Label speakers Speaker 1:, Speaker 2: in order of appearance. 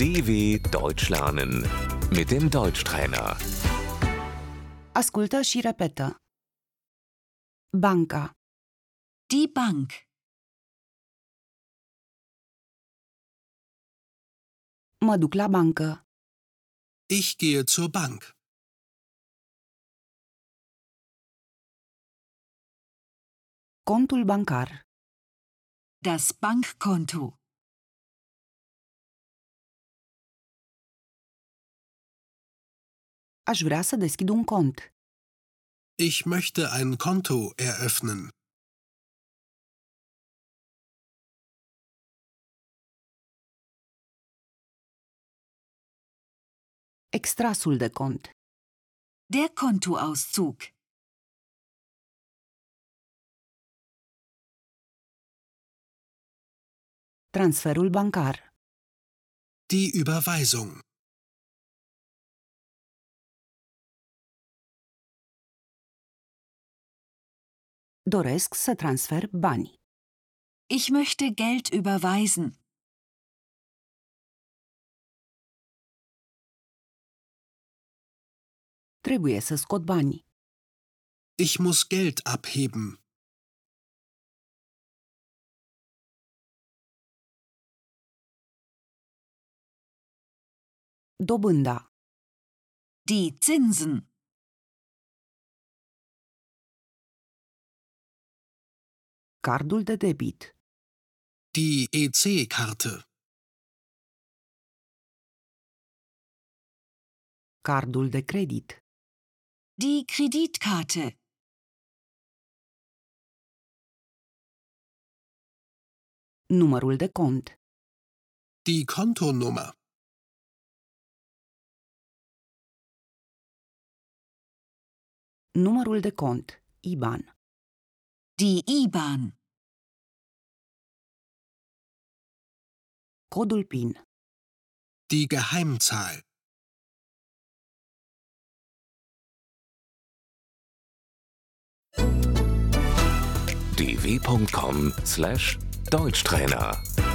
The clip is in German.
Speaker 1: DW Deutsch lernen mit dem Deutschtrainer.
Speaker 2: Ascultă și repetă. Banca,
Speaker 3: Die Bank,
Speaker 2: mă duc la bancă,
Speaker 4: Ich gehe zur Bank.
Speaker 2: contul bancar,
Speaker 3: das Bankkonto,
Speaker 2: aș vrea să deschid un cont,
Speaker 4: Ich möchte ein Konto eröffnen.
Speaker 2: extrasul de cont,
Speaker 3: der Kontoauszug,
Speaker 2: transferul bancar,
Speaker 4: Die Überweisung.
Speaker 2: doresc să transfer bani,
Speaker 3: ich möchte Geld überweisen,
Speaker 2: trebuie să scot bani,
Speaker 4: Ich muss Geld abheben.
Speaker 2: dobânda,
Speaker 3: die Zinsen,
Speaker 2: cardul de debit,
Speaker 4: Die E EC-Karte.
Speaker 2: cardul de credit,
Speaker 3: die Kreditkarte,
Speaker 2: numărul de cont,
Speaker 4: Die Kontonummer.
Speaker 2: numărul de cont, IBAN,
Speaker 3: die IBAN,
Speaker 2: codul PIN,
Speaker 4: Die Geheimzahl.
Speaker 1: dw.com/deutschtrainer